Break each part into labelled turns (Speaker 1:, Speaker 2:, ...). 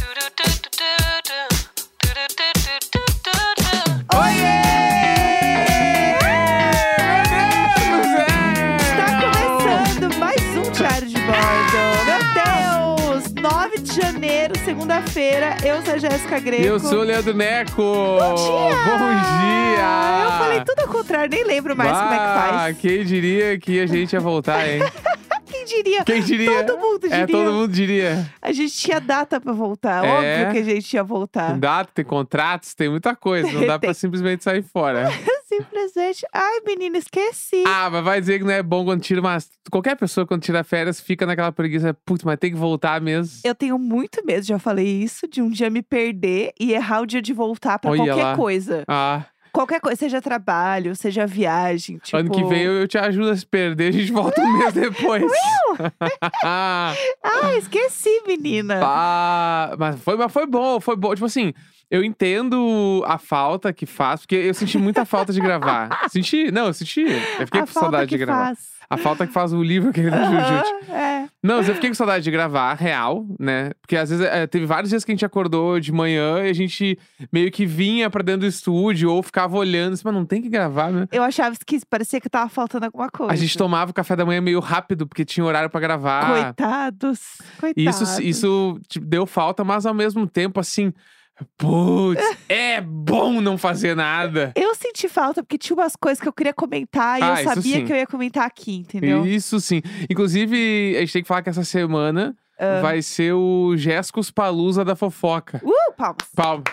Speaker 1: É Tá um Diário de Bordo. Meu Deus! 9 de janeiro, segunda-feira. Eu sou a Jéssica Greco.
Speaker 2: Eu sou o Leandro Neco.
Speaker 1: Bom dia!
Speaker 2: Bom dia!
Speaker 1: Eu falei tudo ao contrário, nem lembro mais como é que
Speaker 2: Ah,
Speaker 1: faz.
Speaker 2: quem diria que a gente ia voltar, hein?
Speaker 1: Quem diria?
Speaker 2: Quem diria?
Speaker 1: Todo mundo diria.
Speaker 2: É, todo mundo diria.
Speaker 1: A gente tinha data pra voltar.
Speaker 2: É.
Speaker 1: Óbvio que a gente ia
Speaker 2: Tem
Speaker 1: voltar.
Speaker 2: data, tem contratos, tem muita coisa. Não dá pra
Speaker 1: Ah. Tem.
Speaker 2: simplesmente sair fora.
Speaker 1: Simplesmente. Ai, menina, esqueci.
Speaker 2: Ah, mas vai dizer que não é bom quando tira umas... Qualquer pessoa quando tira férias fica naquela preguiça. Putz, mas tem que voltar mesmo.
Speaker 1: Eu tenho muito medo, já falei isso, de um dia me perder e errar o dia de voltar pra
Speaker 2: Olha
Speaker 1: qualquer
Speaker 2: lá.
Speaker 1: coisa.
Speaker 2: Ah,
Speaker 1: Qualquer coisa, seja trabalho, seja viagem. Tipo...
Speaker 2: ano que vem eu, eu te ajudo a se perder. A gente volta um mês depois.
Speaker 1: Ah, esqueci, menina.
Speaker 2: Pá, Ah, mas, foi, mas foi bom, foi bom. Tipo assim, eu entendo a falta que faz, porque eu senti muita falta de gravar. Senti, não, eu senti. Eu fiquei
Speaker 1: a
Speaker 2: com
Speaker 1: falta
Speaker 2: saudade
Speaker 1: que
Speaker 2: de gravar.
Speaker 1: faz.
Speaker 2: A falta que faz o livro aquele do Jujutsu.
Speaker 1: Aham, é.
Speaker 2: Não, mas eu fiquei com saudade de gravar, real, né? Porque às vezes eh, teve vários dias que a gente acordou de manhã e a gente meio que vinha pra dentro do estúdio ou ficava olhando, assim, mas não tem que gravar, né?
Speaker 1: Eu achava que parecia que tava faltando alguma coisa.
Speaker 2: A gente tomava o café da manhã meio rápido, porque tinha horário pra gravar.
Speaker 1: Coitados.
Speaker 2: E
Speaker 1: Coitados.
Speaker 2: isso, isso tipo, deu falta, mas ao mesmo tempo, assim, putz, é bom não fazer nada.
Speaker 1: Eu senti falta porque tinha umas coisas que eu queria comentar e
Speaker 2: Ah,
Speaker 1: eu
Speaker 2: isso
Speaker 1: sabia
Speaker 2: sim.
Speaker 1: que eu ia comentar aqui, entendeu?
Speaker 2: Isso sim. Inclusive, a gente tem que falar que essa semana vai ser o Jescos Palusa da fofoca.
Speaker 1: Uh, palmas.
Speaker 2: Palma.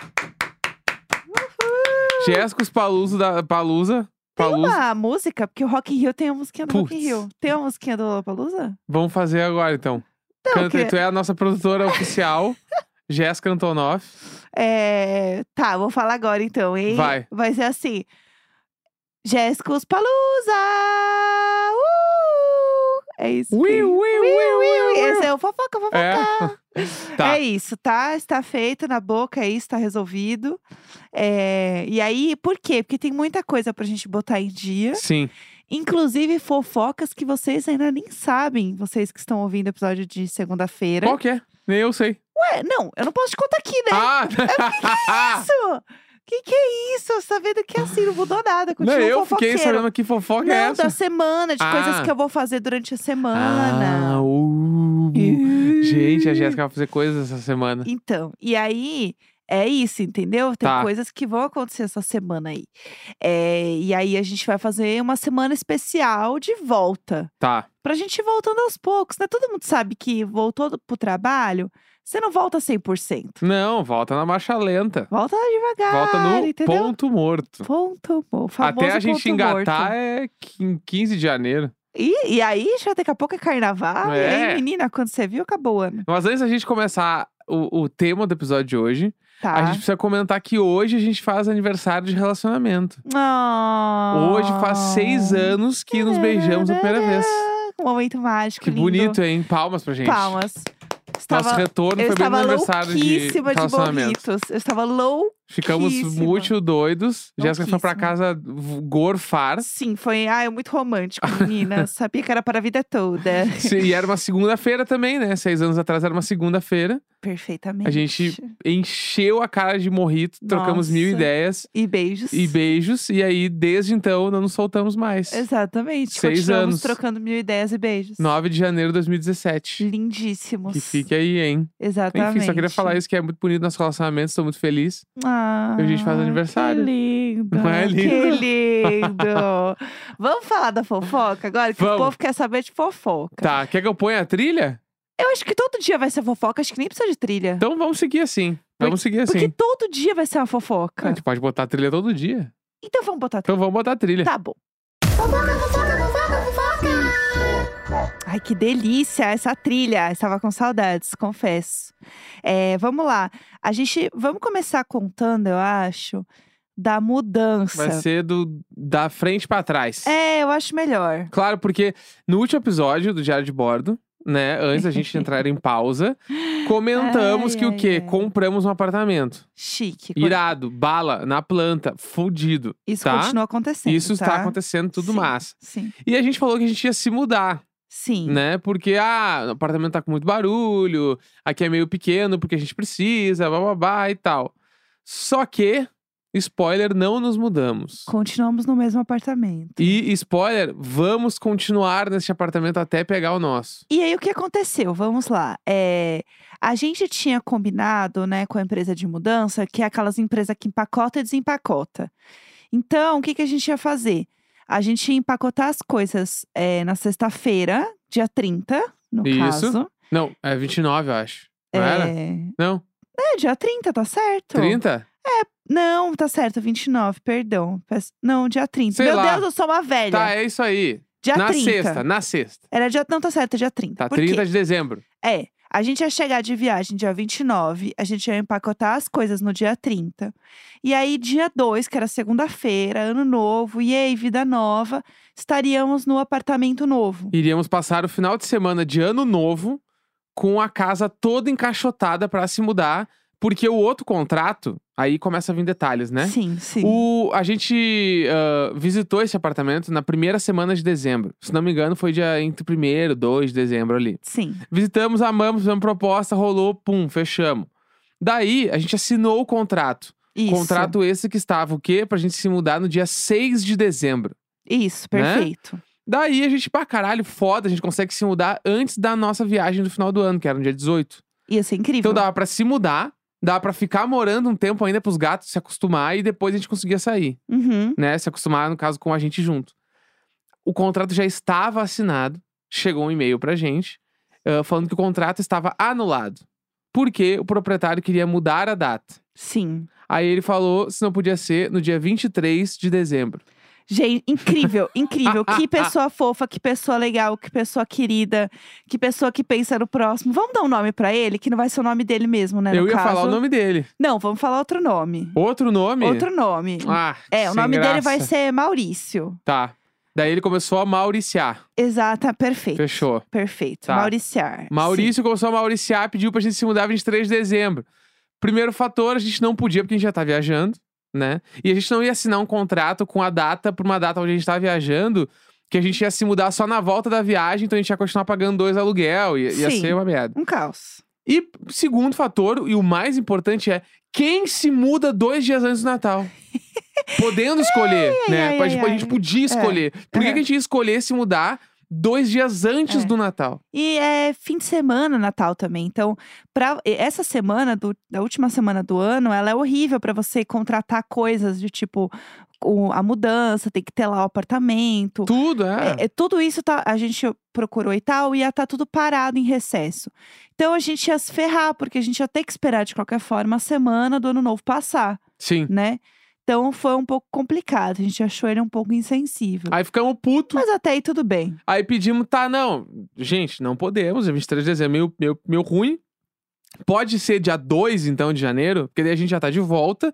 Speaker 2: Jescos Palusa da Palusa.
Speaker 1: Tem
Speaker 2: Palusa.
Speaker 1: uma música, porque o Rock in Rio tem a musiquinha do Rock in
Speaker 2: Putz.
Speaker 1: Rio. Tem uma musiquinha do Lollapalooza?
Speaker 2: Vamos fazer agora então.
Speaker 1: Não,
Speaker 2: Canta,
Speaker 1: que-
Speaker 2: Tu é a nossa produtora oficial, Jéssica Antonoff.
Speaker 1: É... Tá, vou falar agora então, hein?
Speaker 2: Vai.
Speaker 1: Vai ser assim. Jéssica Palusa! Uh! É isso.
Speaker 2: Ui, ui, ui, ui, ui.
Speaker 1: Esse é o fofoca, fofoca.
Speaker 2: É. Tá.
Speaker 1: É isso, tá? Está feito na boca, é isso, tá resolvido. É, E aí, por quê? Porque tem muita coisa pra gente botar em dia.
Speaker 2: Sim.
Speaker 1: Inclusive fofocas que vocês ainda nem sabem, vocês que estão ouvindo o episódio de segunda-feira.
Speaker 2: Qual que é? Nem eu sei.
Speaker 1: Ué, não, eu não posso te contar aqui, né?
Speaker 2: Ah!
Speaker 1: Isso! Que que é isso? Você tá vendo que é assim, não mudou nada.
Speaker 2: Não,
Speaker 1: Continua um
Speaker 2: eu fiquei
Speaker 1: fofoqueiro.
Speaker 2: sabendo que fofoca
Speaker 1: não,
Speaker 2: é essa.
Speaker 1: da semana, de coisas
Speaker 2: Ah.
Speaker 1: que eu vou fazer durante a
Speaker 2: Ah,
Speaker 1: semana.
Speaker 2: uh.
Speaker 1: Ih.
Speaker 2: Gente, a Jéssica vai fazer coisas essa semana.
Speaker 1: Então, e aí é isso, entendeu? Tem
Speaker 2: Tá.
Speaker 1: coisas que vão acontecer essa semana aí. É, e aí a gente vai fazer uma semana especial de volta.
Speaker 2: Tá.
Speaker 1: Pra gente ir voltando aos poucos, né? Todo mundo sabe que voltou do- pro trabalho, você não volta 100%.
Speaker 2: Não, volta na marcha lenta.
Speaker 1: Volta devagar,
Speaker 2: Volta no
Speaker 1: entendeu?
Speaker 2: ponto morto.
Speaker 1: Ponto, bom, famoso
Speaker 2: Até a gente
Speaker 1: ponto
Speaker 2: engatar
Speaker 1: morto.
Speaker 2: é qu- 15 de janeiro.
Speaker 1: E, e aí, já daqui a pouco é carnaval. E aí,
Speaker 2: É.
Speaker 1: menina, quando você viu, acabou o ano.
Speaker 2: Mas antes da gente começar o, o tema do episódio de hoje,
Speaker 1: Tá.
Speaker 2: a gente precisa comentar que hoje a gente faz aniversário de relacionamento. Hoje faz
Speaker 1: Ah.
Speaker 2: seis anos que nos beijamos a primeira vez.
Speaker 1: Um momento mágico,
Speaker 2: Que
Speaker 1: lindo.
Speaker 2: bonito, hein? Palmas pra gente.
Speaker 1: Palmas.
Speaker 2: Nosso
Speaker 1: Estava,
Speaker 2: retorno foi bem
Speaker 1: eu
Speaker 2: no
Speaker 1: estava
Speaker 2: aniversário de
Speaker 1: louquíssima de,
Speaker 2: relacionamento.
Speaker 1: bolitos. Eu estava louca.
Speaker 2: Ficamos
Speaker 1: Louquíssima.
Speaker 2: muito doidos. Jéssica foi pra
Speaker 1: Louquíssima.
Speaker 2: casa v- gorfar.
Speaker 1: Sim, foi ah, é muito romântico, menina. Sabia que era para a vida toda.
Speaker 2: Se- E era uma segunda-feira também, né? Seis anos atrás era uma segunda-feira.
Speaker 1: Perfeitamente.
Speaker 2: A gente encheu a cara de morrito, trocamos mil
Speaker 1: Nossa.
Speaker 2: ideias
Speaker 1: E beijos.
Speaker 2: e beijos. E aí, desde então, não nos soltamos mais.
Speaker 1: Exatamente.
Speaker 2: Seis
Speaker 1: Continuamos
Speaker 2: anos.
Speaker 1: trocando mil ideias e beijos.
Speaker 2: 9 de janeiro de 2017.
Speaker 1: Lindíssimos.
Speaker 2: Que fique aí, hein?
Speaker 1: Exatamente.
Speaker 2: Enfim, só queria falar isso, que é muito bonito nosso relacionamento, estou muito feliz.
Speaker 1: Ah,
Speaker 2: a gente faz aniversário.
Speaker 1: Que lindo.
Speaker 2: Não é
Speaker 1: Que
Speaker 2: lindo?
Speaker 1: lindo. Vamos falar da fofoca agora? Que o
Speaker 2: Vamos.
Speaker 1: povo quer saber de fofoca.
Speaker 2: Tá, quer que eu ponha a trilha?
Speaker 1: Eu acho que todo dia vai ser fofoca, acho que nem precisa de trilha.
Speaker 2: Então vamos seguir assim. Vamos seguir
Speaker 1: Porque
Speaker 2: assim.
Speaker 1: todo dia vai ser uma
Speaker 2: A
Speaker 1: fofoca.
Speaker 2: gente pode botar a trilha todo dia.
Speaker 1: Então vamos botar trilha.
Speaker 2: Então É. vamos botar a trilha.
Speaker 1: Tá bom. Ai, que delícia essa trilha. Estava com saudades, confesso. É, vamos lá. A gente. Vamos começar contando, eu acho, da mudança.
Speaker 2: Vai ser do, da frente pra trás.
Speaker 1: É, eu acho melhor.
Speaker 2: Claro, porque no último episódio do Diário de Bordo, né? Antes da gente entrar em pausa, comentamos
Speaker 1: Ai,
Speaker 2: que
Speaker 1: ai,
Speaker 2: o quê?
Speaker 1: ai.
Speaker 2: Compramos um apartamento.
Speaker 1: Chique.
Speaker 2: Irado, bala, na planta, fudido.
Speaker 1: Isso
Speaker 2: tá?
Speaker 1: continua acontecendo.
Speaker 2: Isso
Speaker 1: tá?
Speaker 2: está Né? acontecendo, tudo
Speaker 1: Sim.
Speaker 2: massa.
Speaker 1: Sim.
Speaker 2: E a gente falou que a gente ia se mudar,
Speaker 1: Sim.
Speaker 2: né? Porque, ah, o apartamento tá com muito barulho, aqui é meio pequeno porque a gente precisa, bababá e tal. Só que Spoiler, não nos mudamos.
Speaker 1: Continuamos no mesmo apartamento.
Speaker 2: E spoiler, vamos continuar neste apartamento até pegar o nosso.
Speaker 1: E aí, o que aconteceu? Vamos lá. É, a gente tinha combinado, né, com a empresa de mudança, que é aquelas empresas que empacota e desempacota. Então, o que, que a gente ia fazer? A gente ia empacotar as coisas é, na sexta-feira, dia 30, no
Speaker 2: Isso.
Speaker 1: caso.
Speaker 2: Não, é 29, eu acho. Não era?
Speaker 1: É...
Speaker 2: Não,
Speaker 1: é, dia 30, tá certo.
Speaker 2: 30?
Speaker 1: Não, tá certo, 29, perdão. Peço- Não, dia 30.
Speaker 2: Sei
Speaker 1: Meu
Speaker 2: lá.
Speaker 1: Deus, eu sou uma velha.
Speaker 2: Tá, é isso aí.
Speaker 1: dia
Speaker 2: na
Speaker 1: 30.
Speaker 2: sexta, na sexta.
Speaker 1: Era dia. Não, tá certo, é dia 30.
Speaker 2: Tá,
Speaker 1: Por
Speaker 2: 30
Speaker 1: quê?
Speaker 2: de dezembro.
Speaker 1: É. A gente ia chegar de viagem dia 29, a gente ia empacotar as coisas no dia 30. E aí, dia 2, que era segunda-feira, ano novo, e aí, vida nova, estaríamos no apartamento novo.
Speaker 2: Iríamos passar o final de semana de ano novo com a casa toda encaixotada pra se mudar, porque o outro contrato, aí começa a vir detalhes, né?
Speaker 1: Sim, sim.
Speaker 2: O, a gente ah, visitou esse apartamento na primeira semana de dezembro. Se não me engano, foi dia entre 1 e 2 de dezembro ali.
Speaker 1: Sim.
Speaker 2: Visitamos, amamos, fizemos proposta, rolou, pum, fechamos. Daí, a gente assinou o contrato.
Speaker 1: Isso.
Speaker 2: Contrato esse que estava o quê? Pra gente se mudar no dia 6 de dezembro.
Speaker 1: Isso,
Speaker 2: né?
Speaker 1: perfeito.
Speaker 2: Daí, a gente, pra caralho, foda, a gente consegue se mudar antes da nossa viagem do final do ano, que era no dia 18.
Speaker 1: Ia ser incrível.
Speaker 2: Então, dava pra se mudar, dava pra ficar morando um tempo ainda pros gatos se acostumar e depois a gente conseguia sair
Speaker 1: Uhum.
Speaker 2: né, se acostumar, no caso, com a gente junto. O contrato já estava assinado, chegou um e-mail pra gente, ah, falando que o contrato estava anulado, porque o proprietário queria mudar a data.
Speaker 1: Sim.
Speaker 2: Aí ele falou se não podia ser no dia 23 de dezembro.
Speaker 1: Gente, incrível, incrível. Que pessoa fofa, que pessoa legal, que pessoa querida, que pessoa que pensa no próximo. Vamos dar um nome pra ele, que não vai ser o nome dele mesmo, né?
Speaker 2: Eu
Speaker 1: no
Speaker 2: ia
Speaker 1: caso.
Speaker 2: falar o nome dele.
Speaker 1: Não, vamos falar outro nome.
Speaker 2: Outro nome?
Speaker 1: Outro nome.
Speaker 2: Ah,
Speaker 1: é, o
Speaker 2: sem
Speaker 1: nome dele vai
Speaker 2: graça.
Speaker 1: ser Maurício.
Speaker 2: Tá. Daí ele começou a mauriciar.
Speaker 1: Exata, perfeito.
Speaker 2: Fechou.
Speaker 1: Perfeito.
Speaker 2: Tá.
Speaker 1: Mauriciar.
Speaker 2: Maurício começou a mauriciar, pediu pra gente se mudar 23 de dezembro. Primeiro fator, a gente não podia, porque a gente já tá viajando, né? E a gente não ia assinar um contrato com a data, por uma data onde a gente tá viajando, que a gente ia se mudar só na volta da viagem, então a gente ia continuar pagando dois aluguel, ia, ia
Speaker 1: Sim.
Speaker 2: ser uma merda.
Speaker 1: Sim. Um caos.
Speaker 2: E segundo fator, e o mais importante é, quem se muda dois dias antes do Natal? Podendo escolher, né?
Speaker 1: ai,
Speaker 2: a, gente,
Speaker 1: ai,
Speaker 2: a gente
Speaker 1: ai.
Speaker 2: podia escolher. Por que,
Speaker 1: é.
Speaker 2: que a gente ia escolher se mudar dois dias antes
Speaker 1: É.
Speaker 2: do Natal?
Speaker 1: E é fim de semana, Natal também. Então, pra, e- essa semana, do, da última semana do ano, ela é horrível para você contratar coisas de tipo o- a mudança, tem que ter lá o apartamento.
Speaker 2: Tudo, é.
Speaker 1: É, é, tudo isso tá, a gente procurou e tal, ia tá tudo parado em recesso. Então a gente ia se ferrar, porque a gente ia ter que esperar de qualquer forma a semana do ano novo passar,
Speaker 2: Sim.
Speaker 1: né? Então foi um pouco complicado, a gente achou ele um pouco insensível.
Speaker 2: Aí ficamos puto.
Speaker 1: Mas até aí tudo bem.
Speaker 2: Aí pedimos, tá, não. Gente, não podemos. É 23 de dezembro, meio, meio, meio ruim. Pode ser dia 2, então, de janeiro, porque daí a gente já tá de volta.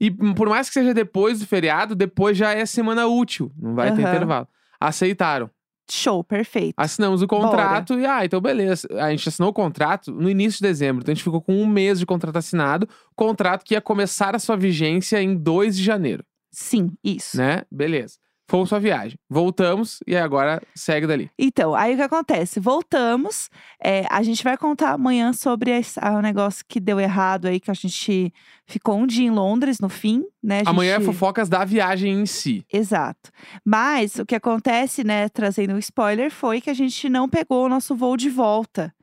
Speaker 2: E hum, por mais que seja depois do feriado, depois já é semana útil. Não vai ter
Speaker 1: Aham.
Speaker 2: intervalo. Aceitaram.
Speaker 1: Show, perfeito.
Speaker 2: Assinamos o contrato e, ah, então beleza. A gente assinou o contrato no início de dezembro. Então a gente ficou com um mês de contrato assinado. Contrato que ia começar a sua vigência em 2 de janeiro,
Speaker 1: Sim, isso.
Speaker 2: né? Beleza. Fomos pra viagem. Voltamos e agora segue dali.
Speaker 1: Então, aí o que acontece? Voltamos. é, a gente vai contar amanhã sobre esse- ah, o negócio que deu errado aí, que a gente ficou um dia em Londres no fim, né? A
Speaker 2: Amanhã é
Speaker 1: gente...
Speaker 2: fofocas da viagem em si.
Speaker 1: Exato. Mas o que acontece, né, trazendo um spoiler, foi que a gente não pegou o nosso voo de volta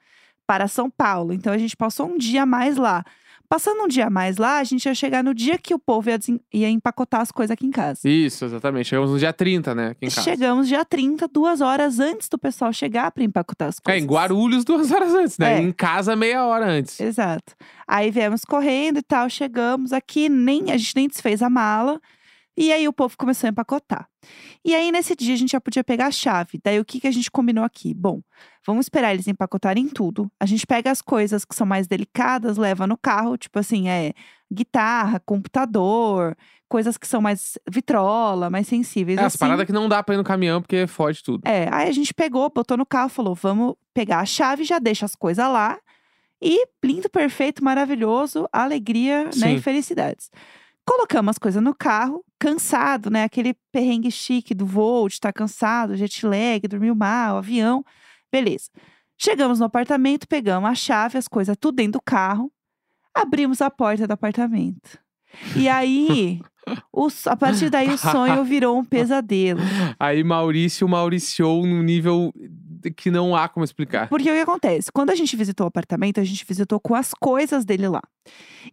Speaker 1: para São Paulo. Então a gente passou um dia a mais lá. Passando um dia a mais lá, a gente ia chegar no dia que o povo ia, desen- ia empacotar as coisas aqui em casa.
Speaker 2: Isso, exatamente. Chegamos no dia 30, né? Aqui em casa.
Speaker 1: Chegamos dia 30, duas horas antes do pessoal chegar para empacotar as
Speaker 2: É,
Speaker 1: coisas.
Speaker 2: em Guarulhos duas horas antes, né?
Speaker 1: É.
Speaker 2: Em casa meia hora antes.
Speaker 1: Exato. Aí viemos correndo e tal, chegamos aqui, nem a gente nem desfez a mala. E aí o povo começou a empacotar. E aí nesse dia a gente já podia pegar a chave. Daí o que, que a gente combinou aqui? Bom, vamos esperar eles empacotarem tudo. A gente pega as coisas que são mais delicadas, leva no carro, tipo assim, é guitarra, computador, coisas que são mais vitrola, mais sensíveis
Speaker 2: É, as
Speaker 1: assim.
Speaker 2: paradas que não dá pra ir no caminhão porque fode tudo.
Speaker 1: É, aí a gente pegou, botou no carro, falou: vamos pegar a chave, já deixa as coisas lá. E lindo, perfeito, maravilhoso, alegria né,
Speaker 2: Sim.
Speaker 1: e felicidades. Colocamos as coisas no carro, cansado, né? Aquele perrengue chique do voo, de estar cansado, jet lag, dormiu mal, avião. Beleza. Chegamos no apartamento, pegamos a chave, as coisas tudo dentro do carro, abrimos a porta do apartamento. E aí Os- a partir daí o sonho virou um pesadelo.
Speaker 2: Aí Maurício Mauriciou num nível que não há como explicar.
Speaker 1: Porque o que acontece? Quando a gente visitou o apartamento, a gente visitou com as coisas dele lá.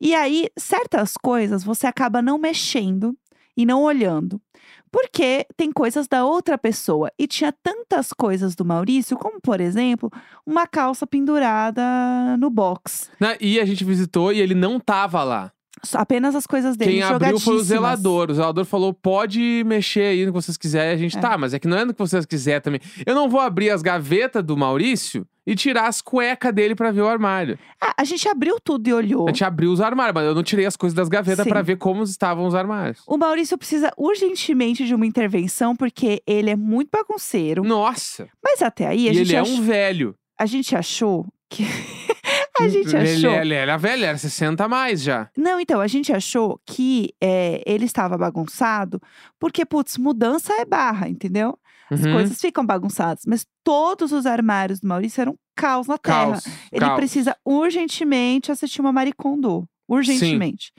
Speaker 1: E aí, certas coisas você acaba não mexendo e não olhando. Porque tem coisas da outra pessoa. E tinha tantas coisas do Maurício, como, por exemplo, uma calça pendurada no box.
Speaker 2: Né? E a gente visitou e ele não tava lá.
Speaker 1: Só- Apenas as coisas dele.
Speaker 2: Quem abriu foi o
Speaker 1: jogadíssimas.
Speaker 2: zelador. O zelador falou: pode mexer aí no que vocês quiserem. A gente,
Speaker 1: É.
Speaker 2: tá, mas é que não é no que vocês quiserem também. Eu não vou abrir as gavetas do Maurício e tirar as cuecas dele pra ver o armário.
Speaker 1: Ah, a gente abriu tudo e olhou.
Speaker 2: A gente abriu os armários, mas eu não tirei as coisas das gavetas
Speaker 1: Sim.
Speaker 2: pra ver como estavam os armários.
Speaker 1: O Maurício precisa urgentemente de uma intervenção, porque ele é muito bagunceiro.
Speaker 2: Nossa!
Speaker 1: Mas até aí
Speaker 2: E,
Speaker 1: a gente
Speaker 2: ele é
Speaker 1: ach-
Speaker 2: um velho.
Speaker 1: a gente achou que. a gente
Speaker 2: Hum, Ele, é
Speaker 1: achou.
Speaker 2: ele era velho, era 60 a mais já.
Speaker 1: Não, então, a gente achou que é, ele estava bagunçado, porque, putz, mudança é barra, entendeu? As
Speaker 2: Uhum.
Speaker 1: coisas ficam bagunçadas. Mas todos os armários do Maurício eram caos na terra.
Speaker 2: Caos,
Speaker 1: Ele
Speaker 2: caos.
Speaker 1: precisa urgentemente assistir uma Maricondo. Urgentemente.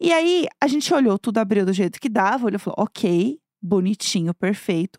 Speaker 1: E aí, a gente olhou, tudo abriu do jeito que dava, olhou e falou: ok, bonitinho, perfeito.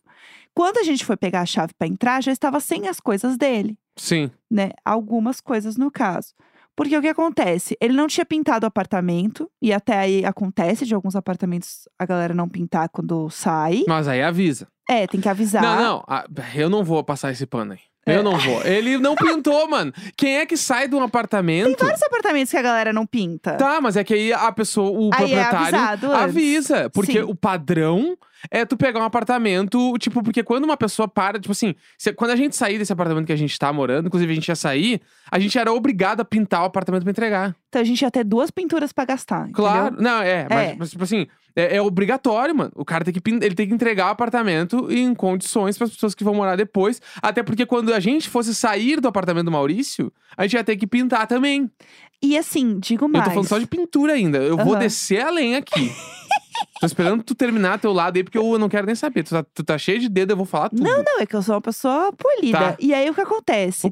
Speaker 1: Quando a gente foi pegar a chave para entrar, já estava sem as coisas dele,
Speaker 2: Sim.
Speaker 1: né? Algumas coisas no caso. Porque o que acontece? Ele não tinha pintado o apartamento, e até aí acontece de alguns apartamentos a galera não pintar quando sai.
Speaker 2: Mas aí avisa.
Speaker 1: É, tem que avisar.
Speaker 2: Não, não. ah, Eu não vou passar esse pano aí. Eu não vou. Ele não pintou, mano. Quem é que sai de um apartamento?
Speaker 1: Vários apartamentos que a galera não pinta.
Speaker 2: Tá, mas é que aí a pessoa, o
Speaker 1: aí é
Speaker 2: proprietário.
Speaker 1: avisado. antes.
Speaker 2: Avisa, porque
Speaker 1: Sim.
Speaker 2: o padrão é tu pegar um apartamento, tipo, porque quando uma pessoa para, tipo assim, se- quando a gente sair desse apartamento que a gente tá morando, inclusive a gente ia sair, a gente era obrigado a pintar o apartamento pra entregar.
Speaker 1: Então a gente ia ter duas pinturas pra gastar. entendeu?
Speaker 2: Claro, não, é, mas,
Speaker 1: É.
Speaker 2: mas, tipo assim, é, é obrigatório, mano. O cara tem que, pin- ele tem que entregar o apartamento em condições pras pessoas que vão morar depois, até porque quando a gente fosse sair do apartamento do Maurício, a gente ia ter que pintar também.
Speaker 1: E assim, digo mais.
Speaker 2: Eu tô falando só de pintura ainda. Eu vou
Speaker 1: Aham.
Speaker 2: descer a lenha aqui. tô esperando tu terminar teu lado aí, porque eu não quero nem saber. Tu tá, tu tá cheio de dedo, eu vou falar tudo.
Speaker 1: Não, não, é que eu sou uma pessoa polida.
Speaker 2: Tá.
Speaker 1: E aí o que acontece?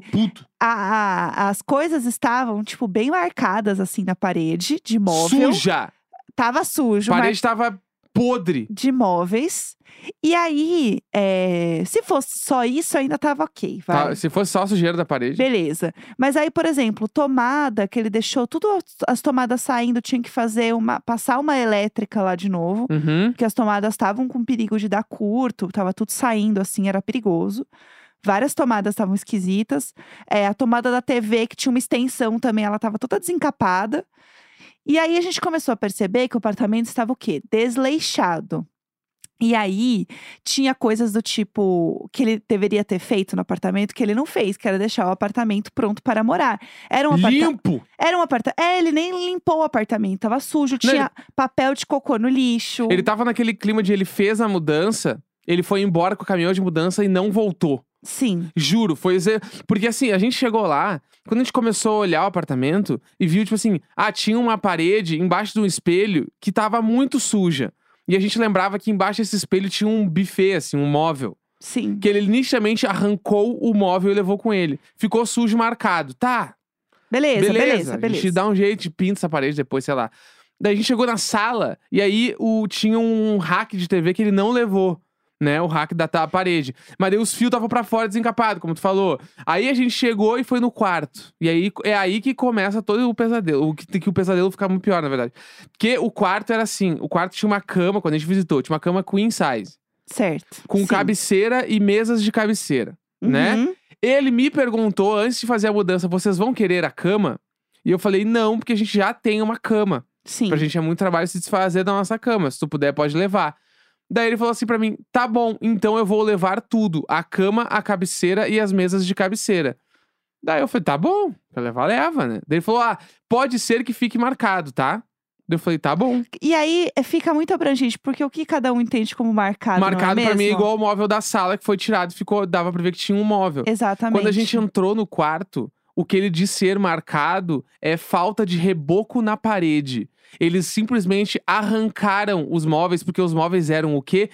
Speaker 2: Tô puto.
Speaker 1: A- a- as coisas estavam, tipo, bem marcadas assim na parede de móvel.
Speaker 2: Suja.
Speaker 1: Tava
Speaker 2: A
Speaker 1: sujo,
Speaker 2: parede tava podre.
Speaker 1: mar- de móveis. E aí, é, se fosse só isso, ainda tava ok, vai.
Speaker 2: Tá, se fosse só a sujeira da parede.
Speaker 1: Beleza. Mas aí, por exemplo, tomada que ele deixou tudo as- as tomadas saindo, tinha que fazer uma passar uma elétrica lá de novo.
Speaker 2: Uhum.
Speaker 1: porque as tomadas estavam com perigo de dar curto, tava tudo saindo assim, era perigoso. Várias tomadas estavam esquisitas. É, a tomada da TV, que tinha uma extensão também, ela tava toda desencapada. E aí a gente começou a perceber que o apartamento estava o quê? Desleixado. E aí tinha coisas do tipo que ele deveria ter feito no apartamento que ele não fez, que era deixar o apartamento pronto para morar. Era um apartamento.
Speaker 2: Limpo.
Speaker 1: Era um apartamento. É, ele nem limpou o apartamento, tava sujo,
Speaker 2: Não,
Speaker 1: tinha papel de cocô no lixo.
Speaker 2: Ele tava naquele clima de ele fez a mudança, ele foi embora com o caminhão de mudança e não voltou.
Speaker 1: Sim.
Speaker 2: Juro, foi. ze- Porque assim, a gente chegou lá, quando a gente começou a olhar o apartamento e viu, tipo assim, ah, tinha uma parede embaixo de um espelho que tava muito suja. E a gente lembrava que embaixo desse espelho tinha um buffet, assim, um móvel.
Speaker 1: Sim.
Speaker 2: Que ele nitidamente arrancou o móvel e levou com ele. Ficou sujo e marcado. Tá,
Speaker 1: Beleza,
Speaker 2: beleza,
Speaker 1: beleza, beleza.
Speaker 2: A gente dá um jeito, pinta essa parede depois, sei lá. Daí a gente chegou na sala e aí o, tinha um hack de TV que ele não levou. Né, o hack da ta- parede. Mas daí os fios estavam pra fora desencapado, como tu falou. Aí a gente chegou e foi no quarto. E aí é aí que começa todo o pesadelo. O que, que o pesadelo fica muito pior, na verdade. Porque o quarto era assim: o quarto tinha uma cama, quando a gente visitou, tinha uma cama queen size,
Speaker 1: Certo.
Speaker 2: um com
Speaker 1: Sim.
Speaker 2: cabeceira e mesas de cabeceira. né?
Speaker 1: Uhum.
Speaker 2: Ele me perguntou antes de fazer a mudança: vocês vão querer a cama? E eu falei: não, porque a gente já tem uma cama.
Speaker 1: Sim.
Speaker 2: Pra gente é muito trabalho se desfazer da nossa cama. Se tu puder, pode levar. Daí ele falou assim pra mim: tá bom, então eu vou levar tudo: a cama, a cabeceira e as mesas de cabeceira. Daí eu falei: tá bom, quer levar, leva, né? Daí ele falou: ah, pode ser que fique marcado, tá? Daí eu falei: tá bom.
Speaker 1: E aí é, fica muito abrangente, porque o que cada um entende como marcado. não é
Speaker 2: marcado pra mim é
Speaker 1: mesmo?
Speaker 2: igual o móvel da sala que foi tirado, ficou, dava pra ver que tinha um móvel.
Speaker 1: Exatamente.
Speaker 2: Quando a gente entrou no quarto, o que ele diz ser marcado é falta de reboco na parede. Eles simplesmente arrancaram os móveis, porque os móveis eram o quê?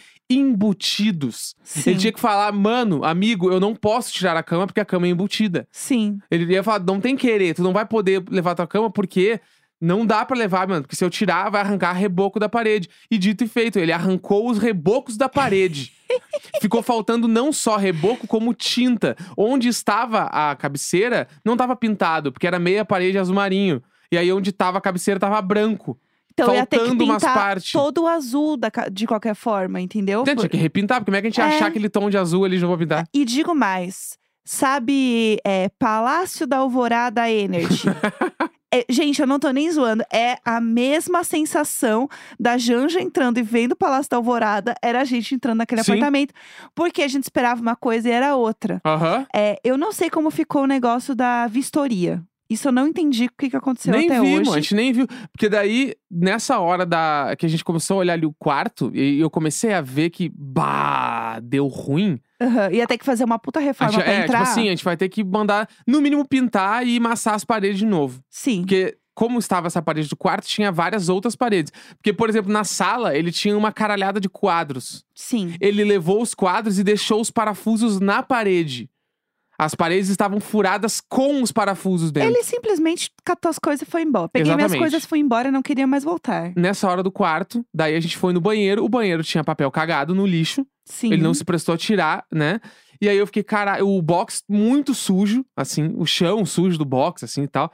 Speaker 2: Embutidos.
Speaker 1: Sim.
Speaker 2: Ele tinha que falar, mano, amigo, eu não posso tirar a cama porque a cama é embutida.
Speaker 1: Sim.
Speaker 2: Ele ia falar, não tem querer, tu não vai poder levar tua cama porque Não dá pra levar, mano, porque se eu tirar, vai arrancar reboco da parede. E dito e feito, ele arrancou os rebocos da parede. Ficou faltando não só reboco, como tinta. Onde estava a cabeceira, não estava pintado, porque era meia parede azul marinho. E aí, onde estava a cabeceira, tava branco.
Speaker 1: Então ia ter que
Speaker 2: faltando umas
Speaker 1: pintar
Speaker 2: partes.
Speaker 1: todo o azul da ca- de qualquer forma, entendeu?
Speaker 2: Então, tinha
Speaker 1: Por-
Speaker 2: que repintar, porque como é que a gente ia
Speaker 1: É.
Speaker 2: achar aquele tom de azul ali e não vou pintar?
Speaker 1: E digo mais, sabe é, Palácio da Alvorada Energy? É, gente, eu não tô nem zoando. É a mesma sensação da Janja entrando e vendo o Palácio da Alvorada. Era a gente entrando naquele
Speaker 2: Sim.
Speaker 1: apartamento. Porque a gente esperava uma coisa e era outra.
Speaker 2: Aham.
Speaker 1: É, eu não sei como ficou o negócio da vistoria. Isso eu não entendi o que, que aconteceu
Speaker 2: nem
Speaker 1: até
Speaker 2: vimos,
Speaker 1: hoje.
Speaker 2: a gente nem viu. Porque daí, nessa hora da que a gente começou a olhar ali o quarto, e eu comecei a ver que, bah, deu ruim.
Speaker 1: Aham, Ia ter que fazer uma puta
Speaker 2: A
Speaker 1: reforma
Speaker 2: gente-
Speaker 1: pra
Speaker 2: é,
Speaker 1: entrar.
Speaker 2: tipo assim, a gente vai ter que mandar, no mínimo, pintar e massar as paredes de novo.
Speaker 1: Sim.
Speaker 2: Porque, como estava essa parede do quarto, tinha várias outras paredes. Porque, por exemplo, na sala, ele tinha uma caralhada de quadros.
Speaker 1: Sim.
Speaker 2: Ele levou os quadros e deixou os parafusos na parede. As paredes estavam furadas com os parafusos dentro.
Speaker 1: Ele simplesmente catou as coisas e foi embora. Peguei minhas
Speaker 2: Exatamente.
Speaker 1: coisas, fui embora e não queria mais voltar.
Speaker 2: nessa hora do quarto, daí a gente foi no banheiro, o banheiro tinha papel cagado no lixo,
Speaker 1: Sim.
Speaker 2: ele não se prestou a tirar, né? E aí eu fiquei, cara, o box muito sujo, assim, o chão sujo do box, assim e tal.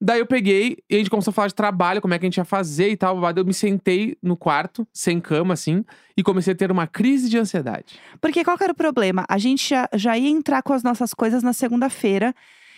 Speaker 2: Daí eu peguei e a gente começou a falar de trabalho, como é que a gente ia fazer e tal. babado. Eu me sentei no quarto, sem cama, assim, e comecei a ter uma crise de ansiedade.
Speaker 1: Porque qual que era o problema? A gente já, já ia entrar com as nossas coisas na segunda-feira.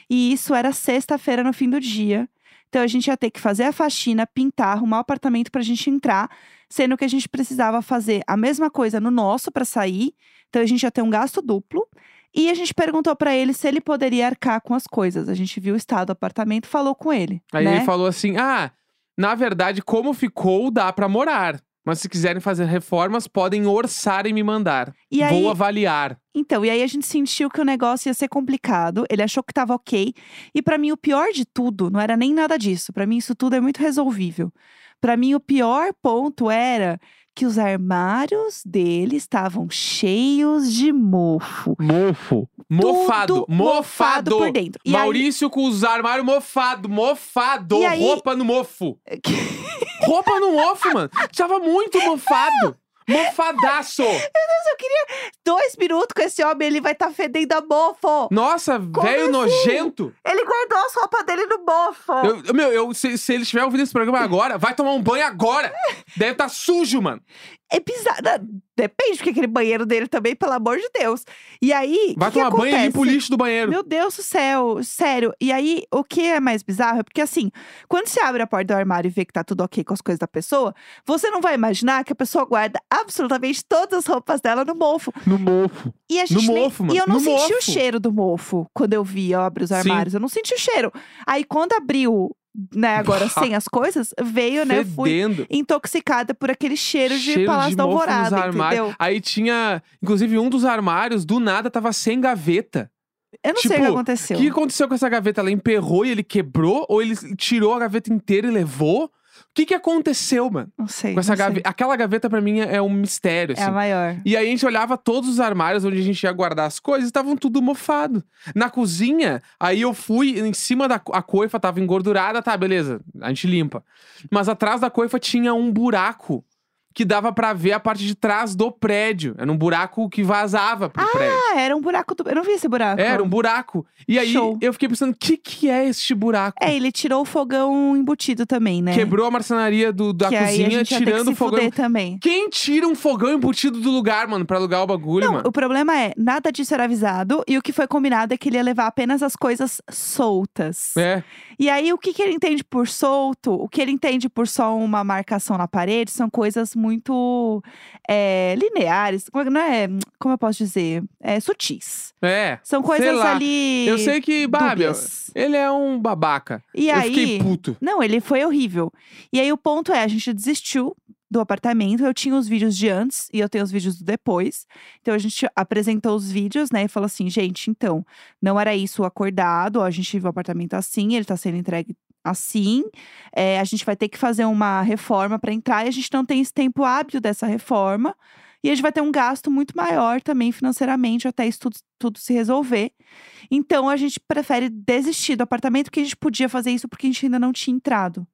Speaker 1: E isso era sexta-feira no fim do dia. Então a gente ia ter que fazer a faxina, pintar, arrumar o apartamento pra gente entrar. Sendo que a gente precisava fazer a mesma coisa no nosso pra sair. Então a gente ia ter um gasto duplo. E a gente perguntou pra ele se ele poderia arcar com as coisas. A gente viu o estado do apartamento, falou com ele.
Speaker 2: Aí
Speaker 1: né?
Speaker 2: ele falou assim: ah, na verdade, como ficou, dá pra morar. Mas se quiserem fazer reformas, podem orçar e me mandar.
Speaker 1: E aí-
Speaker 2: Vou avaliar.
Speaker 1: Então, e aí a gente sentiu que o negócio ia ser complicado, ele achou que tava ok. E pra mim, o pior de tudo não era nem nada disso. Pra mim, isso tudo é muito resolvível. Pra mim, o pior ponto era que os armários dele estavam cheios de mofo.
Speaker 2: Mofo. Mofado.
Speaker 1: Tudo mofado por dentro. E aí-
Speaker 2: Maurício com os armários mofado, mofado.
Speaker 1: E aí- É
Speaker 2: Roupa no mofo. Roupa no mofo, mano. Tava muito mofado. Mofadaço.
Speaker 1: Dois minutos com esse homem, ele vai estar fedendo a mofo.
Speaker 2: Nossa,
Speaker 1: assim?
Speaker 2: velho nojento.
Speaker 1: Ele guardou as roupas dele no mofo.
Speaker 2: Eu- eu- meu, eu, se, se ele estiver ouvindo esse programa agora, vai tomar um banho agora. Deve tá sujo, mano.
Speaker 1: É bizarro. Depende, porque aquele banheiro dele também, pelo amor de Deus. E aí,
Speaker 2: Vai
Speaker 1: que que
Speaker 2: tomar banho e
Speaker 1: acontece?
Speaker 2: limpa o lixo do banheiro.
Speaker 1: Meu Deus do céu, sério. E aí, o que é mais bizarro é porque, assim, quando você abre a porta do armário e vê que tá tudo ok com as coisas da pessoa, você não vai imaginar que a pessoa guarda absolutamente todas as roupas dela no mofo.
Speaker 2: No mofo.
Speaker 1: E a gente
Speaker 2: No
Speaker 1: nem-
Speaker 2: mofo, mano,
Speaker 1: E eu não
Speaker 2: no
Speaker 1: senti o
Speaker 2: mofo.
Speaker 1: cheiro do mofo quando eu vi, eu abri os armários. Eu não senti o cheiro. Aí, quando abriu, né, agora sem as coisas, veio, né, eu fui
Speaker 2: Fedendo.
Speaker 1: intoxicada por aquele cheiro de
Speaker 2: Cheiro
Speaker 1: Palácio da
Speaker 2: mofo nos
Speaker 1: Alvorada,
Speaker 2: armários.
Speaker 1: entendeu?
Speaker 2: Aí tinha, inclusive, um dos armários, do nada, tava sem gaveta.
Speaker 1: Eu não sei o que
Speaker 2: Tipo,
Speaker 1: aconteceu.
Speaker 2: O que aconteceu com essa gaveta? Ela emperrou e ele quebrou? Ou ele tirou a gaveta inteira e levou? O que, que aconteceu, mano?
Speaker 1: Não sei.
Speaker 2: Com essa
Speaker 1: não sei.
Speaker 2: gaveta. Aquela gaveta, pra mim, é um mistério,
Speaker 1: É a
Speaker 2: assim.
Speaker 1: maior.
Speaker 2: E aí a gente olhava todos os armários onde a gente ia guardar as coisas, estavam tudo mofado. Na cozinha, aí eu fui em cima da co- a coifa, tava engordurada, tá, beleza, a gente limpa. Mas atrás da coifa tinha um buraco que dava pra ver a parte de trás do prédio. Era um buraco que vazava pro prédio.
Speaker 1: Ah, era um buraco do. Eu não vi esse buraco.
Speaker 2: Era um buraco. E aí
Speaker 1: Show.
Speaker 2: eu fiquei pensando, o que, que é este buraco?
Speaker 1: É, ele tirou o fogão embutido também, né?
Speaker 2: Quebrou a marcenaria do- da
Speaker 1: que aí a
Speaker 2: cozinha,
Speaker 1: gente ia ter que
Speaker 2: tirando
Speaker 1: se
Speaker 2: o fogão.
Speaker 1: fuder também.
Speaker 2: Quem tira um fogão embutido do lugar, mano, pra alugar o bagulho,
Speaker 1: Não,
Speaker 2: mano?
Speaker 1: o problema é, nada disso era avisado e o que foi combinado é que ele ia levar apenas as coisas soltas.
Speaker 2: É.
Speaker 1: E aí, o que, que ele entende por solto, o que ele entende por só uma marcação na parede, são coisas muito é, lineares. Como é que- Não é, como eu posso dizer? É, sutis.
Speaker 2: É.
Speaker 1: São coisas
Speaker 2: lá.
Speaker 1: ali.
Speaker 2: Eu sei que, bah, meu,
Speaker 1: dúbias.
Speaker 2: ele é um babaca.
Speaker 1: E
Speaker 2: eu
Speaker 1: aí.
Speaker 2: fiquei puto.
Speaker 1: Não, ele foi horrível. E aí o ponto é, a gente desistiu do apartamento. Eu tinha os vídeos de antes e eu tenho os vídeos do depois. Então a gente apresentou os vídeos, né? E falou assim, gente, então, não era isso o acordado. ó, a gente viu o apartamento assim, ele tá sendo entregue assim. É, a gente vai ter que fazer uma reforma para entrar e a gente não tem esse tempo hábil dessa reforma. E a gente vai ter um gasto muito maior também financeiramente até isso tudo, tudo se resolver. Então a gente prefere desistir do apartamento porque a gente podia fazer isso porque a gente ainda não tinha entrado.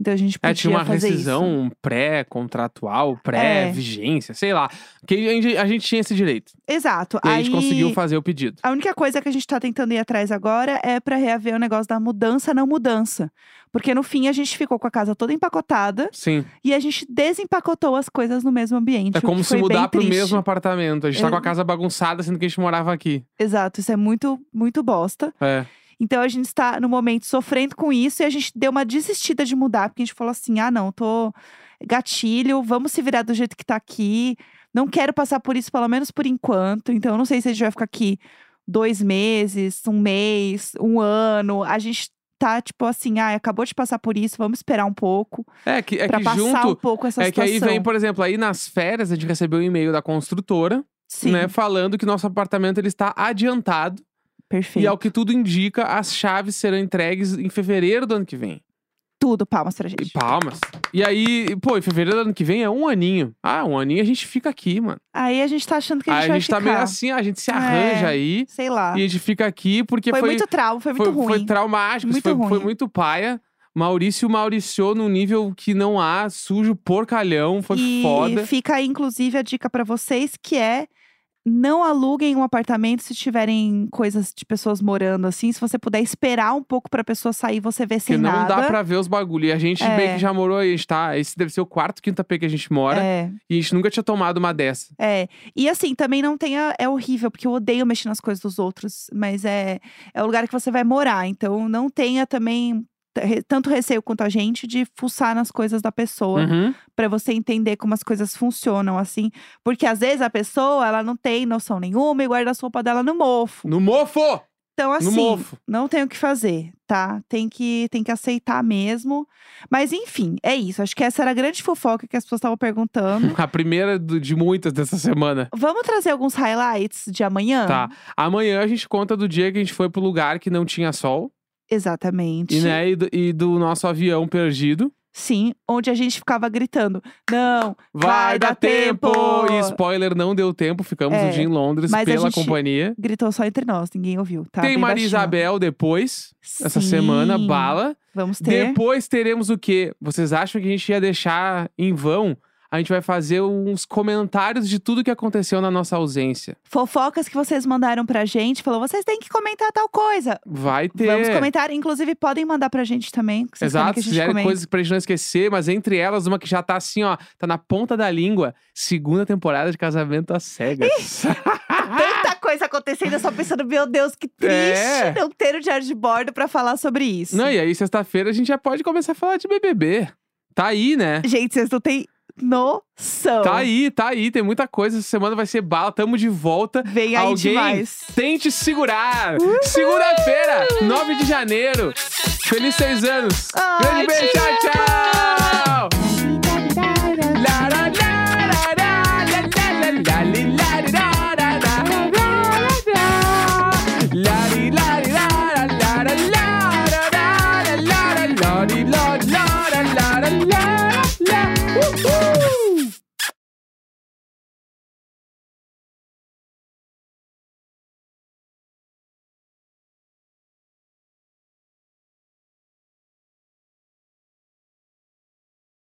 Speaker 1: Então a gente podia
Speaker 2: É, tinha uma
Speaker 1: fazer isso.
Speaker 2: rescisão pré-contratual, pré-vigência, sei lá. Que a gente, a gente tinha esse direito.
Speaker 1: Exato.
Speaker 2: E
Speaker 1: Aí
Speaker 2: a gente conseguiu fazer o pedido.
Speaker 1: A única coisa que a gente tá tentando ir atrás agora é pra reaver o negócio da mudança, não mudança. Porque no fim a gente ficou com a casa toda empacotada
Speaker 2: Sim.
Speaker 1: e a gente desempacotou as coisas no mesmo ambiente.
Speaker 2: É
Speaker 1: o que
Speaker 2: como se
Speaker 1: foi bem
Speaker 2: mudar pro
Speaker 1: triste.
Speaker 2: mesmo apartamento. A gente tá
Speaker 1: É.
Speaker 2: com a casa bagunçada, sendo que a gente morava aqui.
Speaker 1: Exato, isso é muito, muito bosta.
Speaker 2: É.
Speaker 1: Então a gente está, no momento, sofrendo com isso e a gente deu uma desistida de mudar, porque a gente falou assim: ah, não, tô gatilho, vamos se virar do jeito que tá aqui. Não quero passar por isso, pelo menos por enquanto. Então, eu não sei se a gente vai ficar aqui dois meses, um mês, um ano. A gente tá, tipo assim, ah, acabou de passar por isso, vamos esperar um pouco.
Speaker 2: É que, é
Speaker 1: pra
Speaker 2: que
Speaker 1: passar um
Speaker 2: junto.
Speaker 1: pouco essa
Speaker 2: É que
Speaker 1: situação.
Speaker 2: aí vem, por exemplo, aí nas férias a gente recebeu um e-mail da construtora,
Speaker 1: Sim,
Speaker 2: né, falando que nosso apartamento ele está adiantado
Speaker 1: perfeito.
Speaker 2: e ao que tudo indica, as chaves serão entregues em fevereiro do ano que vem.
Speaker 1: Tudo, palmas pra
Speaker 2: E
Speaker 1: gente.
Speaker 2: palmas. E aí, pô, em fevereiro do ano que vem é um aninho. Ah, um aninho a gente fica aqui, mano.
Speaker 1: Aí a gente tá achando que a gente
Speaker 2: aí a
Speaker 1: vai
Speaker 2: gente tá
Speaker 1: ficar.
Speaker 2: meio assim, a gente se arranja
Speaker 1: É.
Speaker 2: aí
Speaker 1: Sei lá.
Speaker 2: e a gente fica aqui porque
Speaker 1: Foi,
Speaker 2: foi
Speaker 1: muito trauma, foi muito
Speaker 2: foi,
Speaker 1: ruim.
Speaker 2: foi traumático, isso
Speaker 1: Muito
Speaker 2: foi,
Speaker 1: ruim.
Speaker 2: foi muito paia. Maurício mauriciou num nível que não há, sujo, porcalhão, foi
Speaker 1: e
Speaker 2: foda.
Speaker 1: fica aí, inclusive, a dica pra vocês, que é não aluguem um apartamento se tiverem coisas de pessoas morando assim. Se você puder esperar um pouco pra pessoa sair, você vê
Speaker 2: Porque
Speaker 1: sem
Speaker 2: não
Speaker 1: nada.
Speaker 2: dá pra ver os bagulho. E a gente
Speaker 1: É.
Speaker 2: meio que já morou aí, a gente tá. Esse deve ser o quarto, quinto AP que a gente mora.
Speaker 1: É,
Speaker 2: E a gente nunca tinha tomado uma dessa.
Speaker 1: é. E assim, também não tenha. É horrível, porque eu odeio mexer nas coisas dos outros, mas é, é o lugar que você vai morar. Então não tenha também t- re- tanto receio quanto a gente de fuçar nas coisas da pessoa.
Speaker 2: Uhum.
Speaker 1: Pra você entender como as coisas funcionam, assim. Porque às vezes a pessoa, ela não tem noção nenhuma e guarda a sopa dela no mofo.
Speaker 2: No mofo!
Speaker 1: Então, assim,
Speaker 2: no mofo.
Speaker 1: não tem o que fazer, tá? Tem que, tem que aceitar mesmo. Mas, enfim, é isso. Acho que essa era a grande fofoca que as pessoas estavam perguntando.
Speaker 2: A primeira do- de muitas dessa semana.
Speaker 1: Vamos trazer alguns highlights de amanhã?
Speaker 2: Tá. Amanhã a gente conta do dia que a gente foi pro lugar que não tinha sol.
Speaker 1: Exatamente.
Speaker 2: E, né, e, do, e do nosso avião perdido.
Speaker 1: Sim, onde a gente ficava gritando: Não,
Speaker 2: Vai, dar tempo! E
Speaker 1: Isso.
Speaker 2: spoiler, não deu tempo. Ficamos
Speaker 1: É,
Speaker 2: um dia em Londres
Speaker 1: mas a
Speaker 2: pela
Speaker 1: gente-
Speaker 2: companhia.
Speaker 1: Gritou só entre nós, ninguém ouviu, tá?
Speaker 2: Tem
Speaker 1: Bem
Speaker 2: Maria
Speaker 1: baixinho.
Speaker 2: Isabel depois, essa semana,
Speaker 1: Sim,
Speaker 2: bala.
Speaker 1: Vamos ter.
Speaker 2: Depois teremos o quê? Vocês acham que a gente ia deixar em vão? A gente vai fazer uns comentários de tudo que aconteceu na nossa ausência.
Speaker 1: Fofocas que vocês mandaram pra gente, falou: vocês têm que comentar tal coisa.
Speaker 2: Vai ter.
Speaker 1: Vamos comentar. Inclusive, podem mandar pra gente também. Que vocês querem
Speaker 2: Exato,
Speaker 1: que a
Speaker 2: se
Speaker 1: gente
Speaker 2: fizerem
Speaker 1: comente.
Speaker 2: coisas pra gente não esquecer, mas entre elas, uma que já tá assim, ó, tá na ponta da língua. Segunda temporada de Casamento às Cegas.
Speaker 1: Tanta coisa acontecendo, eu só pensando, meu Deus, que triste
Speaker 2: Ah! É.
Speaker 1: não ter o diário de bordo pra falar sobre isso.
Speaker 2: não, e aí, sexta-feira, a gente já pode começar a falar de BBB. Tá aí, né?
Speaker 1: Gente, vocês não têm noção.
Speaker 2: Tá aí, tá aí. Tem muita coisa. Essa semana vai ser bala. Tamo de volta.
Speaker 1: Vem aí
Speaker 2: Alguém
Speaker 1: demais.
Speaker 2: tente segurar. Segunda-feira, 9 de janeiro. Feliz seis anos.
Speaker 1: Ai,
Speaker 2: Grande beijo.
Speaker 1: te
Speaker 2: Tchau, tchau.